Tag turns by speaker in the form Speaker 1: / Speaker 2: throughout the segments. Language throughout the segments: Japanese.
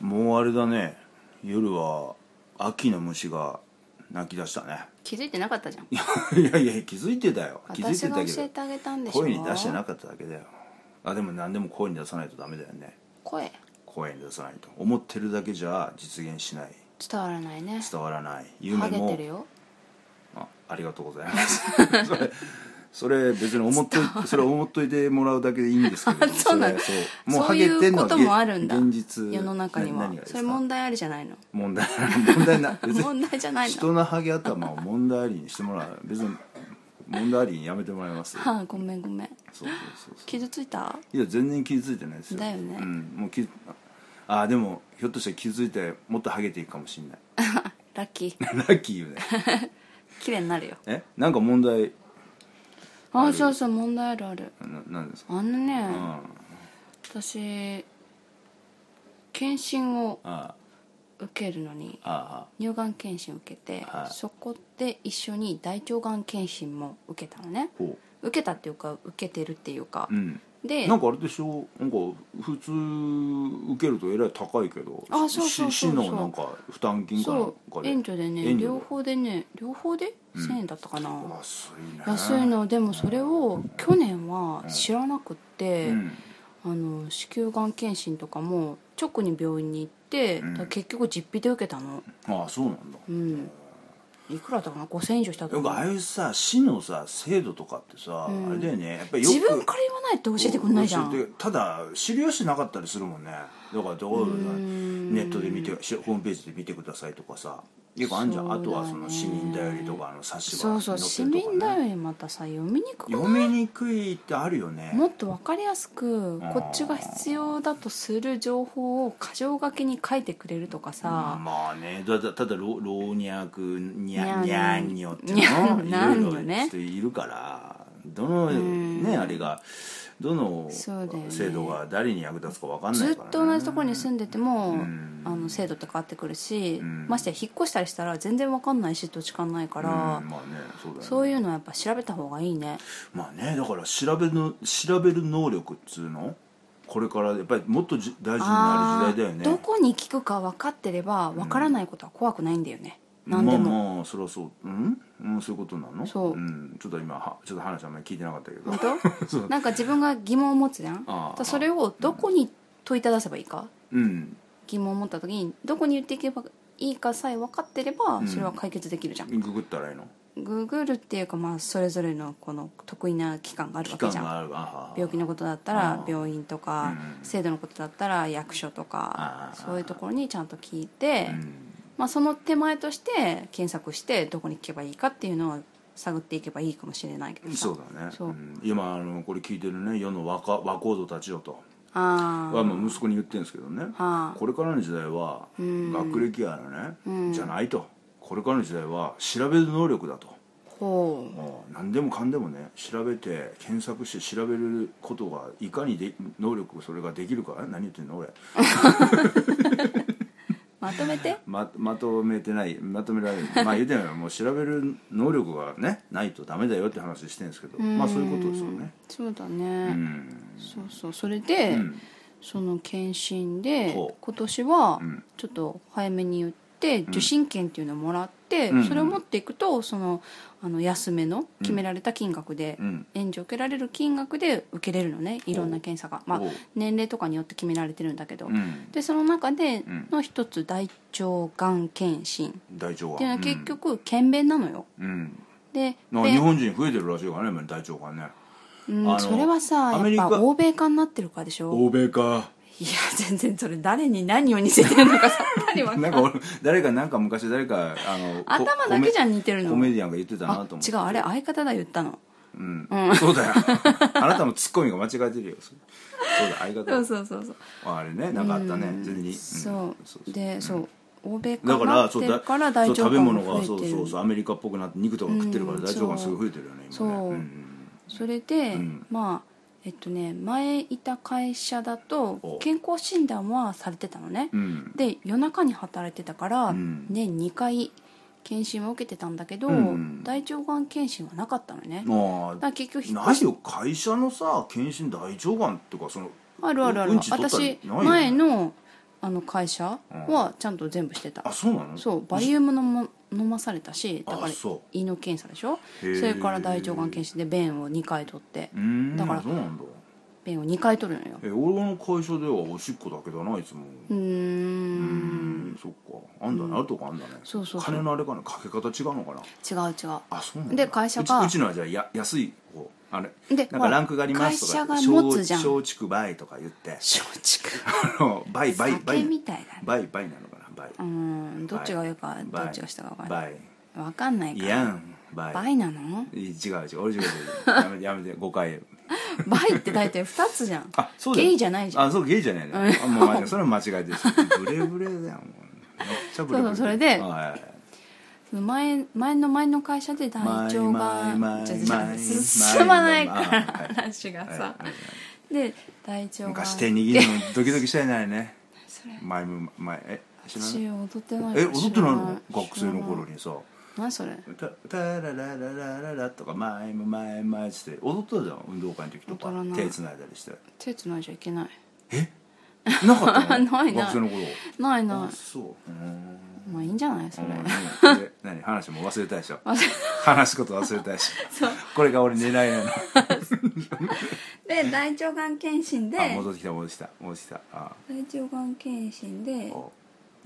Speaker 1: あれだね夜は秋の虫が泣き出したね
Speaker 2: 気づいてなかったじゃん
Speaker 1: いやいや気づいてたよ気づい
Speaker 2: 私
Speaker 1: て
Speaker 2: が
Speaker 1: た
Speaker 2: 教え
Speaker 1: け
Speaker 2: てあげたん
Speaker 1: ど
Speaker 2: でしょ
Speaker 1: 声に出してなかっただけだよあでも何でも声に出さないとダメだよね
Speaker 2: 声
Speaker 1: 声に出さないと思ってるだけじゃ実現しない
Speaker 2: 伝わらないね
Speaker 1: 伝わらない
Speaker 2: ハ
Speaker 1: 夢
Speaker 2: ゲて
Speaker 1: も
Speaker 2: るよ
Speaker 1: あありがとうございます それそれ別に思っといそれ思っといてもらうだけでいいんですけど
Speaker 2: そうなん
Speaker 1: れ
Speaker 2: だ
Speaker 1: そう
Speaker 2: そういうこともあるんだ
Speaker 1: 現実
Speaker 2: 世の中に
Speaker 1: な
Speaker 2: は
Speaker 1: 何がです
Speaker 2: そ
Speaker 1: か
Speaker 2: れ問題ありじゃないの
Speaker 1: 問題問題な別に
Speaker 2: 問題じゃないの
Speaker 1: 人のハゲ頭を問題ありにしてもらう別に問題ありにやめてもらいますそう
Speaker 2: はあごめんごめん
Speaker 1: そうそうそう
Speaker 2: 傷ついた
Speaker 1: いや全然気づいてないですよ
Speaker 2: だよね
Speaker 1: うん、もうきあでもひょっとして気づいてもっとハゲていくかもしんない
Speaker 2: ラッキー
Speaker 1: ラッキー言うね
Speaker 2: 綺麗になるよ
Speaker 1: えなんか問題
Speaker 2: ああそうそう問題あるある
Speaker 1: ななんですか
Speaker 2: あのね、
Speaker 1: うん
Speaker 2: 私検診を
Speaker 1: あ
Speaker 2: 受けるのに
Speaker 1: ああ
Speaker 2: 乳がん検診受けて、
Speaker 1: はい
Speaker 2: そこで一緒に大腸がん検診も受けたのね
Speaker 1: ほ
Speaker 2: 受けたっていうか受けてるっていうか
Speaker 1: う、うん
Speaker 2: で
Speaker 1: なんかあれでしょなんか普通受けるとえらい高いけど
Speaker 2: あそうそうそうそう
Speaker 1: し市のなんか負担金かなん
Speaker 2: そ
Speaker 1: か
Speaker 2: う
Speaker 1: で
Speaker 2: 援助でね
Speaker 1: 援助
Speaker 2: 両方でね両方で1000円だったかな、
Speaker 1: 安いね
Speaker 2: 安いのでもそれを去年は知らなくって、
Speaker 1: うん
Speaker 2: あの子宮がん検診とかも直に病院に行って、だから結局実費で受けたの
Speaker 1: ああそうなんだ、
Speaker 2: うんいくらだったかな5000円以上したと
Speaker 1: よ
Speaker 2: 思
Speaker 1: く
Speaker 2: う
Speaker 1: ああいうさ市のさ制度とかってさ、
Speaker 2: うん
Speaker 1: あれだよねやっぱりよく
Speaker 2: 自分から言わないと教えてくんないじゃ
Speaker 1: 教え
Speaker 2: ん
Speaker 1: てただ知り合いしなかったりするもんねだからどう
Speaker 2: うん
Speaker 1: ネットで見てしホームページで見てくださいとかさ結構あんじゃん、
Speaker 2: そうだ
Speaker 1: あ
Speaker 2: ね
Speaker 1: とはその市民だよりとかの冊子
Speaker 2: そ
Speaker 1: が
Speaker 2: うそう市
Speaker 1: 載ってると
Speaker 2: 民
Speaker 1: か、
Speaker 2: だ
Speaker 1: ね、
Speaker 2: よりまたさ読みにくく
Speaker 1: 読
Speaker 2: ない
Speaker 1: みにくいってあるよね
Speaker 2: もっと分かりやすく
Speaker 1: ー
Speaker 2: こっちが必要だとする情報を箇条書きに書いてくれるとかさ、
Speaker 1: まあねだだただ老老若にゃ
Speaker 2: に
Speaker 1: に
Speaker 2: ゃ
Speaker 1: ゃ
Speaker 2: ん
Speaker 1: んにょっていうの
Speaker 2: にゃんにょ
Speaker 1: いろい
Speaker 2: ね
Speaker 1: ろ人いるからどの
Speaker 2: ん
Speaker 1: ねあれがどの
Speaker 2: そうだよね
Speaker 1: 制度が誰に役立つか分かんな
Speaker 2: ず
Speaker 1: い
Speaker 2: っ
Speaker 1: から、ね、
Speaker 2: と同じところに住んでても、
Speaker 1: うん
Speaker 2: あの制度って変わってくるし、
Speaker 1: うん
Speaker 2: ましてや引っ越したりしたら全然分かんないし土地勘ないか、
Speaker 1: からまあねそうだよね
Speaker 2: そういうのはやっぱ調べた方がいいね
Speaker 1: まあねだから調べの調べる能力っつうのこれからやっぱりもっとじ大事になる時代だよ
Speaker 2: あー
Speaker 1: ね
Speaker 2: どこに聞くか分かってれば分からないことは怖くないんだよね、何でも、
Speaker 1: まあまあそれはそううん、うん、そういうことなの、
Speaker 2: そうん
Speaker 1: ちょっと今はちょっと話あんまり聞いてなかったけ ど
Speaker 2: 本当なんか自分が疑問を持つじゃん
Speaker 1: あー
Speaker 2: だからそれをどこに問いただせばいいか
Speaker 1: うん
Speaker 2: 疑問を持った時にどこに言っていけばいいかさえ分かってれば
Speaker 1: ん
Speaker 2: それは解決できるじゃん、
Speaker 1: ググったらいいの
Speaker 2: グーグルっていうかまあそれぞれのこの得意な期間がある
Speaker 1: 期
Speaker 2: わけ
Speaker 1: 間
Speaker 2: じゃん
Speaker 1: があるあはは
Speaker 2: 病気のことだった
Speaker 1: あ
Speaker 2: ら
Speaker 1: ー
Speaker 2: 病院とか
Speaker 1: うん
Speaker 2: 制度のことだったら役所とか
Speaker 1: あー
Speaker 2: そういうところにちゃんと聞いて
Speaker 1: うん
Speaker 2: まあその手前として検索してどこに聞けばいいかっていうのを探っていけばいいかもしれないけどさ
Speaker 1: そうだね
Speaker 2: そうん
Speaker 1: 今あのこれ聞いてるね世の若若人たちよと
Speaker 2: あ
Speaker 1: は
Speaker 2: ー
Speaker 1: まあ息子に言ってるんですけどね
Speaker 2: あー
Speaker 1: これからの時代は
Speaker 2: うん
Speaker 1: 学歴やら
Speaker 2: うん
Speaker 1: ねじゃないとこれからの時代は調べる能力だと
Speaker 2: ほう
Speaker 1: もう何でもかんでもね調べて検索して調べることがいかにで能力それができるかえ何言ってんの俺
Speaker 2: まとめて
Speaker 1: ままとめてないまとめら れないまあ言うてみればもう調べる能力がねないとダメだよって話してるんですけど まあそういうことですよね
Speaker 2: そうだ
Speaker 1: う
Speaker 2: ね
Speaker 1: ん
Speaker 2: そうそうそれで
Speaker 1: うん
Speaker 2: その検診で
Speaker 1: ほう
Speaker 2: 今年は
Speaker 1: うん
Speaker 2: ちょっと早めに言って受診券っていうのをもらっ
Speaker 1: う
Speaker 2: て、
Speaker 1: ん
Speaker 2: それを持っていくとそのあの安めの決められた金額で、
Speaker 1: うん
Speaker 2: 援助受けられる金額で受けれるのねいろんな検査が、まあ
Speaker 1: ほう、
Speaker 2: 年齢とかによって決められてるんだけど、
Speaker 1: うん
Speaker 2: でその中で
Speaker 1: ん
Speaker 2: の一つ大腸がん検診
Speaker 1: 大腸がん
Speaker 2: っていうのは結局検便なのよ。
Speaker 1: うん、
Speaker 2: で
Speaker 1: うん、
Speaker 2: 便
Speaker 1: 日本人増えてるらしいからね今大腸がんね
Speaker 2: うん
Speaker 1: あの
Speaker 2: それはさ
Speaker 1: アメリ
Speaker 2: や
Speaker 1: カ
Speaker 2: っぱ欧米化になってるからでしょ
Speaker 1: 欧米か
Speaker 2: いや全然それ誰に何を似せてるのかさっぱり分か
Speaker 1: な
Speaker 2: んない
Speaker 1: んか俺誰かなんか昔誰かあのこ
Speaker 2: 頭だけじゃん似てるの
Speaker 1: コメコメディアンが言ってたな
Speaker 2: あ
Speaker 1: と思って
Speaker 2: 違うあれ相方だ言ったの
Speaker 1: うん、そう だよあなたもツッコミが間違えてるよそれそうだ相
Speaker 2: そう
Speaker 1: 方
Speaker 2: そうそうそう
Speaker 1: ああれねなんかあったね全然、うん
Speaker 2: そう
Speaker 1: そうそう
Speaker 2: でそう欧米化
Speaker 1: だ
Speaker 2: に
Speaker 1: か
Speaker 2: な
Speaker 1: ら
Speaker 2: って
Speaker 1: そう
Speaker 2: る
Speaker 1: だ
Speaker 2: から大腸
Speaker 1: そう食
Speaker 2: が
Speaker 1: べ
Speaker 2: ん
Speaker 1: 物
Speaker 2: も
Speaker 1: がそ
Speaker 2: 増え
Speaker 1: う
Speaker 2: て
Speaker 1: そう
Speaker 2: る
Speaker 1: そうアメリカっぽくなって肉とか食ってるから
Speaker 2: うん
Speaker 1: 大腸がんすごい増えてるよね
Speaker 2: そ
Speaker 1: 今ね
Speaker 2: う
Speaker 1: うん
Speaker 2: それで
Speaker 1: うん
Speaker 2: まあえっとね前いた会社だと
Speaker 1: お
Speaker 2: 健康診断はされてたのね
Speaker 1: うん
Speaker 2: で夜中に働いてたから
Speaker 1: うん
Speaker 2: 年2回検診を受けてたんだけど
Speaker 1: うん
Speaker 2: 大腸がん検診はなかったのね
Speaker 1: ま
Speaker 2: だか
Speaker 1: あ
Speaker 2: ら結局引っ
Speaker 1: な
Speaker 2: 越し
Speaker 1: いよ会社のさ検診大腸がんっていうかその
Speaker 2: あるあるある、
Speaker 1: うんち取ったり
Speaker 2: 私
Speaker 1: ないよね
Speaker 2: 前のあの会社はちゃんと全部してた、
Speaker 1: あそうなの
Speaker 2: そうバリウムのも飲まされたしだ
Speaker 1: あ
Speaker 2: から
Speaker 1: そう
Speaker 2: 胃の検査でしょそ
Speaker 1: へえ
Speaker 2: れから大腸がん検診で便を2回取って
Speaker 1: うーん
Speaker 2: だから
Speaker 1: そうなんだ
Speaker 2: 便を2回取るのよ
Speaker 1: え俺の会社ではおしっこだけだないつも
Speaker 2: うー
Speaker 1: うー
Speaker 2: ん
Speaker 1: んそっかあんだねあるとこあんだね
Speaker 2: そうそうそう
Speaker 1: 金のあれかなかけ方違うのかな
Speaker 2: 違う違う
Speaker 1: あそうなんだ
Speaker 2: で会社が
Speaker 1: うちうちのはじゃあや安い方あれな
Speaker 2: で
Speaker 1: ん
Speaker 2: ほ
Speaker 1: からランクがありますとか
Speaker 2: 会社が持つじゃん
Speaker 1: 小小売とか言って
Speaker 2: 松竹
Speaker 1: あの倍倍倍
Speaker 2: 酒みたいだね
Speaker 1: 倍倍なのかな倍
Speaker 2: うーんどっちが上かど
Speaker 1: 倍
Speaker 2: っちが下か分かんない
Speaker 1: 倍
Speaker 2: 分かんない
Speaker 1: い
Speaker 2: か
Speaker 1: や
Speaker 2: ら
Speaker 1: ん倍
Speaker 2: 倍なの
Speaker 1: い違う違う俺違う違うやめてやめて誤解
Speaker 2: 倍って大体2つじゃん
Speaker 1: あそうだよ
Speaker 2: ゲイじゃないじゃん
Speaker 1: あそうゲイじゃないねあもう間違いそれは間違いですブレブレだよもうめっちゃブレブレ
Speaker 2: そうそうそれで
Speaker 1: はい
Speaker 2: 前前の前の会社で大腸がん
Speaker 1: 前前
Speaker 2: じゃじゃ
Speaker 1: 前
Speaker 2: 進まないか
Speaker 1: 前
Speaker 2: ら
Speaker 1: 前はい
Speaker 2: 話がさ
Speaker 1: はいはい
Speaker 2: で大腸がん
Speaker 1: 昔手握るのドキドキしちゃいないね
Speaker 2: それ
Speaker 1: 前も前え知らない
Speaker 2: 私踊ってない
Speaker 1: え踊ってないの学生の
Speaker 2: に
Speaker 1: 頃にさ
Speaker 2: 何それ
Speaker 1: 「タタララララララ」とか「前も前前」っつって踊ったじゃん運動会の時とか
Speaker 2: 踊らない
Speaker 1: 手つないだりして
Speaker 2: 手つないじゃいけない
Speaker 1: なかったの
Speaker 2: ないない
Speaker 1: 学生の頃
Speaker 2: ない
Speaker 1: あ
Speaker 2: ない
Speaker 1: そううーん
Speaker 2: まあいいんじゃないそれ
Speaker 1: うんで何話も忘れたでしょ
Speaker 2: 忘れ
Speaker 1: 話すこと忘れたでし ょこれが俺狙いなの
Speaker 2: で大腸がん検診で
Speaker 1: あ戻ってきた戻ってきた戻ってきたあ
Speaker 2: 大腸がん検診で
Speaker 1: お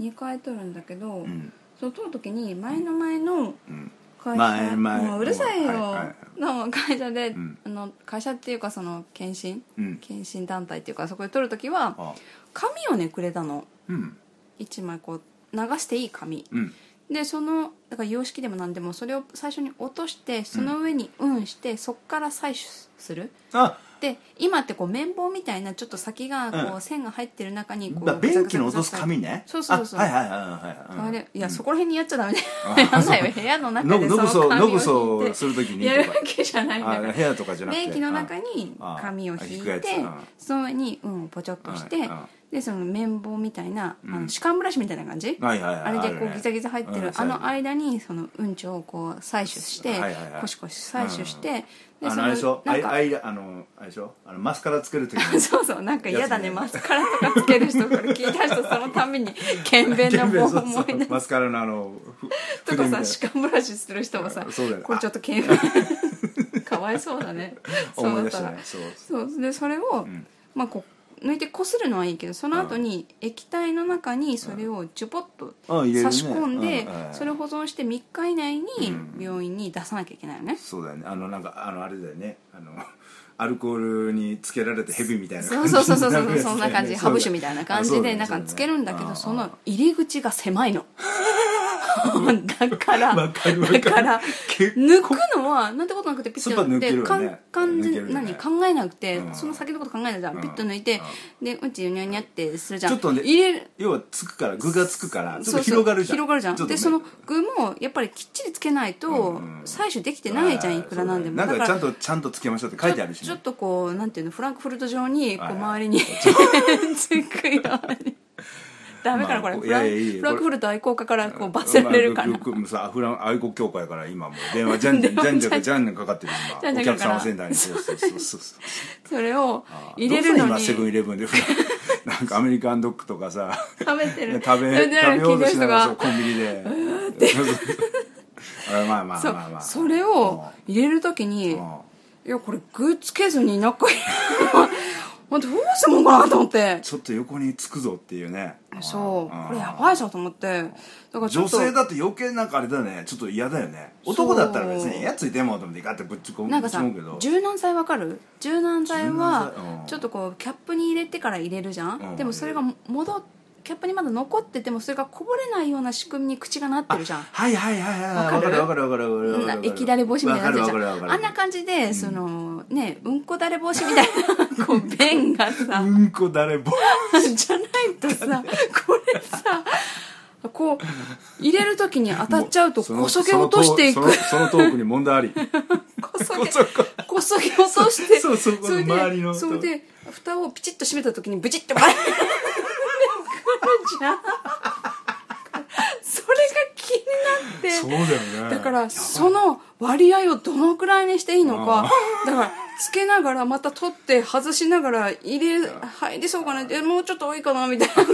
Speaker 2: 2回取るんだけど、
Speaker 1: うん
Speaker 2: そう取る時に前の前の
Speaker 1: うん
Speaker 2: 会
Speaker 1: 前
Speaker 2: 社
Speaker 1: 前
Speaker 2: もううるさいよ、
Speaker 1: はいはいは
Speaker 2: の会社で、
Speaker 1: ん
Speaker 2: あの会社っていうかその検診、
Speaker 1: うん
Speaker 2: 検診団体っていうかそこで取る時は
Speaker 1: あ
Speaker 2: 紙をねくれたの
Speaker 1: うん
Speaker 2: 1枚こう流していい紙
Speaker 1: うん
Speaker 2: でそのだから様式でも何でもそれを最初に落としてその上にうんして、そっから採取する
Speaker 1: あ
Speaker 2: で今ってこう綿棒みたいなちょっと先がこ
Speaker 1: う
Speaker 2: う線が入ってる中にこ
Speaker 1: だ
Speaker 2: う
Speaker 1: 便器の落とす紙ね
Speaker 2: そうそうそう
Speaker 1: あはいはいはいは
Speaker 2: あ
Speaker 1: いはい
Speaker 2: れいやそこら辺にやっちゃダメだ
Speaker 1: あ
Speaker 2: よやんないよ部屋の中
Speaker 1: の
Speaker 2: で
Speaker 1: のぶ
Speaker 2: そ
Speaker 1: そ
Speaker 2: の
Speaker 1: うの
Speaker 2: 紙
Speaker 1: ぶ
Speaker 2: を
Speaker 1: そ
Speaker 2: 引いう
Speaker 1: するとき
Speaker 2: て
Speaker 1: に
Speaker 2: やる
Speaker 1: と
Speaker 2: わ
Speaker 1: か
Speaker 2: けじゃないんだ
Speaker 1: あ
Speaker 2: から
Speaker 1: 部屋とかじゃなくて
Speaker 2: 便器の中に
Speaker 1: ああ
Speaker 2: 紙を引い
Speaker 1: 引くや
Speaker 2: て
Speaker 1: つあ
Speaker 2: その上にうんをポチョっとして
Speaker 1: ああ
Speaker 2: でその綿棒みたいなあ
Speaker 1: う
Speaker 2: の
Speaker 1: ん
Speaker 2: 歯間ブラシみたいな感じ
Speaker 1: はいはいはい
Speaker 2: あれでこ
Speaker 1: ある
Speaker 2: う
Speaker 1: ね
Speaker 2: ギザギザ入って
Speaker 1: う
Speaker 2: る
Speaker 1: ん
Speaker 2: あの間にそのうんちをこう採取して
Speaker 1: はいはいはい
Speaker 2: コシコシ採取して
Speaker 1: あのあれでしょ
Speaker 2: な
Speaker 1: あ
Speaker 2: ん
Speaker 1: い
Speaker 2: か
Speaker 1: あいあのあれでしょあのマスカラつける ときに
Speaker 2: そうそうなんか嫌だ
Speaker 1: や
Speaker 2: ね
Speaker 1: つね
Speaker 2: マスカラとかつける人これ聞いた人そのために剣弁な 棒を
Speaker 1: そう
Speaker 2: 思
Speaker 1: そ
Speaker 2: い出
Speaker 1: う
Speaker 2: す
Speaker 1: マスカラのあのふ筆
Speaker 2: とか
Speaker 1: みたい
Speaker 2: さ
Speaker 1: な
Speaker 2: 歯間ブラシする人もさ
Speaker 1: そうだよね
Speaker 2: これちょっと 剣弁かわいそうだねそう
Speaker 1: 思い
Speaker 2: だっ
Speaker 1: 出
Speaker 2: た
Speaker 1: した
Speaker 2: ら
Speaker 1: ねそう
Speaker 2: そうでそれを、
Speaker 1: ん
Speaker 2: まあこう抜いてこするのはいいけどその後に液体の中にそれをジュポッと
Speaker 1: あ入れるね
Speaker 2: 差し込んで、
Speaker 1: うんうん
Speaker 2: それを保存して3日以内に
Speaker 1: うん
Speaker 2: 病院に出さなきゃいけないよね、
Speaker 1: そうだよねあのなんかあのあれだよねあのアルコールにつけられてヘビみたい な
Speaker 2: そうそうそうそうそうそんな感じハブ酒
Speaker 1: ュ
Speaker 2: みたいな感じでなんかつけるんだけどその入り口が狭い のだから
Speaker 1: わかるわかる
Speaker 2: だから
Speaker 1: 結構
Speaker 2: 抜くのはなんてことなくてピッ
Speaker 1: ス
Speaker 2: と
Speaker 1: パ
Speaker 2: 抜
Speaker 1: 抜
Speaker 2: い
Speaker 1: け
Speaker 2: て、
Speaker 1: るよね
Speaker 2: かんかん
Speaker 1: 抜けるよね
Speaker 2: 何考えなくて、
Speaker 1: うん
Speaker 2: その先のこと考えないじゃん、
Speaker 1: うん
Speaker 2: ピッと抜いて、でうんちにゅにゃにゃってするじゃん
Speaker 1: ちょっとね
Speaker 2: 入れる
Speaker 1: 要はつくから具がつくからちょっ
Speaker 2: そう
Speaker 1: と広がるじ
Speaker 2: そう
Speaker 1: ゃん
Speaker 2: 広がるじゃん
Speaker 1: ちょっとね
Speaker 2: でその具もやっぱりきっちりつけないと
Speaker 1: うんうん
Speaker 2: 採取できてないじゃん、
Speaker 1: あー
Speaker 2: いくらなんでも
Speaker 1: そうだねなんかち
Speaker 2: だ
Speaker 1: ゃんとちゃんとつけましょうって書いてあるしね
Speaker 2: ちょっとこうなんていうのフランクフルト状にこう
Speaker 1: はい
Speaker 2: 周りにつくようにダメかなこ
Speaker 1: まあ
Speaker 2: れ
Speaker 1: こう
Speaker 2: フラ
Speaker 1: い
Speaker 2: ン
Speaker 1: やいやいいよ
Speaker 2: フランクフルト愛好家からこう罰
Speaker 1: せ
Speaker 2: せられるかな
Speaker 1: さアフラン愛国協会から今もう電話じゃんじゃんじゃんじゃんじゃんじゃんかかってる
Speaker 2: じゃ
Speaker 1: 今
Speaker 2: んじ
Speaker 1: お
Speaker 2: ゃ
Speaker 1: 客
Speaker 2: んかか
Speaker 1: 様
Speaker 2: る
Speaker 1: センターにそうそうそうそう
Speaker 2: それを
Speaker 1: あー
Speaker 2: 入れるの
Speaker 1: どう
Speaker 2: に
Speaker 1: すん今セブンイレブンでフランなんかアメリカンドッグとかさ
Speaker 2: 食べてる
Speaker 1: 食べ
Speaker 2: 食べて
Speaker 1: 食べ
Speaker 2: る
Speaker 1: ようとしながら
Speaker 2: 聞
Speaker 1: そう
Speaker 2: いて
Speaker 1: コンビニ で あまあまあ
Speaker 2: そう
Speaker 1: まあまあ
Speaker 2: それを入れるときに
Speaker 1: うんうん
Speaker 2: いやこれグーつけずに 中にほんとどうしたもんかなと思って
Speaker 1: ちょっと横につくぞっていうね
Speaker 2: そう
Speaker 1: うん
Speaker 2: これやばいじゃんと思ってだからちょ
Speaker 1: 女
Speaker 2: っと
Speaker 1: 性だって余計なんかあれだねちょっと嫌だよね
Speaker 2: そう
Speaker 1: 男だったら別に「やついても」と思ってガッてぶっちこ
Speaker 2: なん
Speaker 1: ぶ
Speaker 2: か
Speaker 1: っち
Speaker 2: さ
Speaker 1: 込むけど
Speaker 2: 柔軟剤わかる柔軟剤
Speaker 1: 柔軟剤う
Speaker 2: は
Speaker 1: ん
Speaker 2: ちょっとこうキャップに入れてから入れるじゃん、
Speaker 1: うん
Speaker 2: でもそれが戻っキャップにまだ残っててもそれがこぼれないような仕組みに口がなってるじゃん
Speaker 1: はいはいはいはい
Speaker 2: わかる
Speaker 1: わかるわかるわかるわかるわ
Speaker 2: な
Speaker 1: かる
Speaker 2: 液だれ防止みたいになってるじ
Speaker 1: わ
Speaker 2: ゃ
Speaker 1: かるわかるわ
Speaker 2: ん
Speaker 1: か
Speaker 2: あ
Speaker 1: る
Speaker 2: んな感じでそのねうんこだれ防止みたいなこう便がさ
Speaker 1: うんこだれぼ
Speaker 2: じゃないとさこれさこう入れる時に当たっちゃうと
Speaker 1: その
Speaker 2: こそげ落としていく
Speaker 1: そのそのそのトークに問題あ り
Speaker 2: こそ
Speaker 1: こ
Speaker 2: げ
Speaker 1: そこ
Speaker 2: こそぎ落として
Speaker 1: そうそうこの
Speaker 2: れで
Speaker 1: 周りの
Speaker 2: それで蓋をピチッと閉めた時にブチッとバ ーン来るじゃん それが気になって
Speaker 1: そうだよね
Speaker 2: だからその割合をどのくらいにしていいのかだからつけながらまた取って外しながら入れ入りそうかなってもうちょっと多いかなみたいな何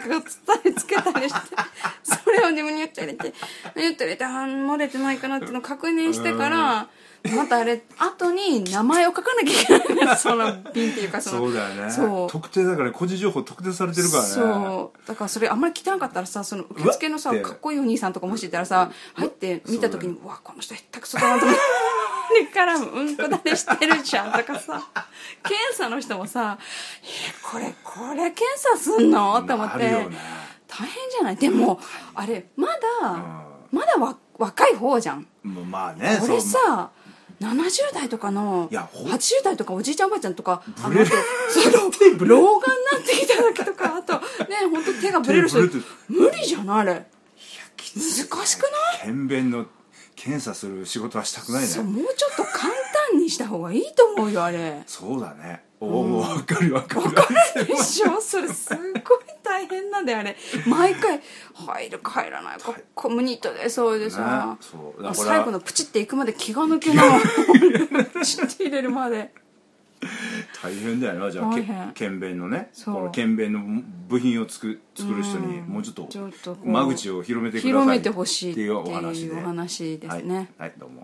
Speaker 2: 回かつったりつけたりして それをでもニュッと入れてニュッと入れてあー漏れてないかなっていうのを確認してからまたあれ後に名前を書かなきゃいけないんですその瓶っていうかその
Speaker 1: そうだよね
Speaker 2: そう
Speaker 1: 特定だからね個人情報特定されてるからね
Speaker 2: そうだからそれあんまり汚かったらさその受付のさ
Speaker 1: うわっ
Speaker 2: かっこいいお兄さんとかもしいたらさ入って見た時に
Speaker 1: そう
Speaker 2: 「うわこの人へったくそだな」と思って「でからうんこだれしてるじゃん」とか さ検査の人もさ「えこれこれ検査すんの?」と思っ
Speaker 1: あ
Speaker 2: て
Speaker 1: るよね
Speaker 2: 大変じゃないでもあれまだ
Speaker 1: う
Speaker 2: まだわ若い方じゃん
Speaker 1: んもうまあね
Speaker 2: これさ70代とかの
Speaker 1: いやほん
Speaker 2: 80代とかおじいちゃんおばあちゃんとかあ
Speaker 1: ブレ
Speaker 2: の
Speaker 1: る
Speaker 2: その
Speaker 1: ブレる
Speaker 2: 老眼になってきた時とかあとね本当手がブレる人
Speaker 1: 手ブレて
Speaker 2: 無理じゃないあれ難しくない
Speaker 1: そう検便の検査する仕事はしたくないね
Speaker 2: そうもうちょっと簡単にした方がいいと思うよあれ
Speaker 1: そうだねおお分かる分かる
Speaker 2: でしょそれすごい大変なんだよあれ毎回入るか入らないかコムニットでそうで
Speaker 1: ね、
Speaker 2: さ
Speaker 1: そうだから
Speaker 2: 最後のプチっていくまで気が抜けない プチって入れるまで
Speaker 1: 大変だよなじゃあ
Speaker 2: 大
Speaker 1: け
Speaker 2: 変
Speaker 1: 検便のね
Speaker 2: そう
Speaker 1: この検便の部品を作る作る人にもうちょっと
Speaker 2: ちょっとこう
Speaker 1: 間口を広めてください
Speaker 2: 広めてほしい
Speaker 1: っていうお話で
Speaker 2: っていうお話ですね
Speaker 1: はいはいどうも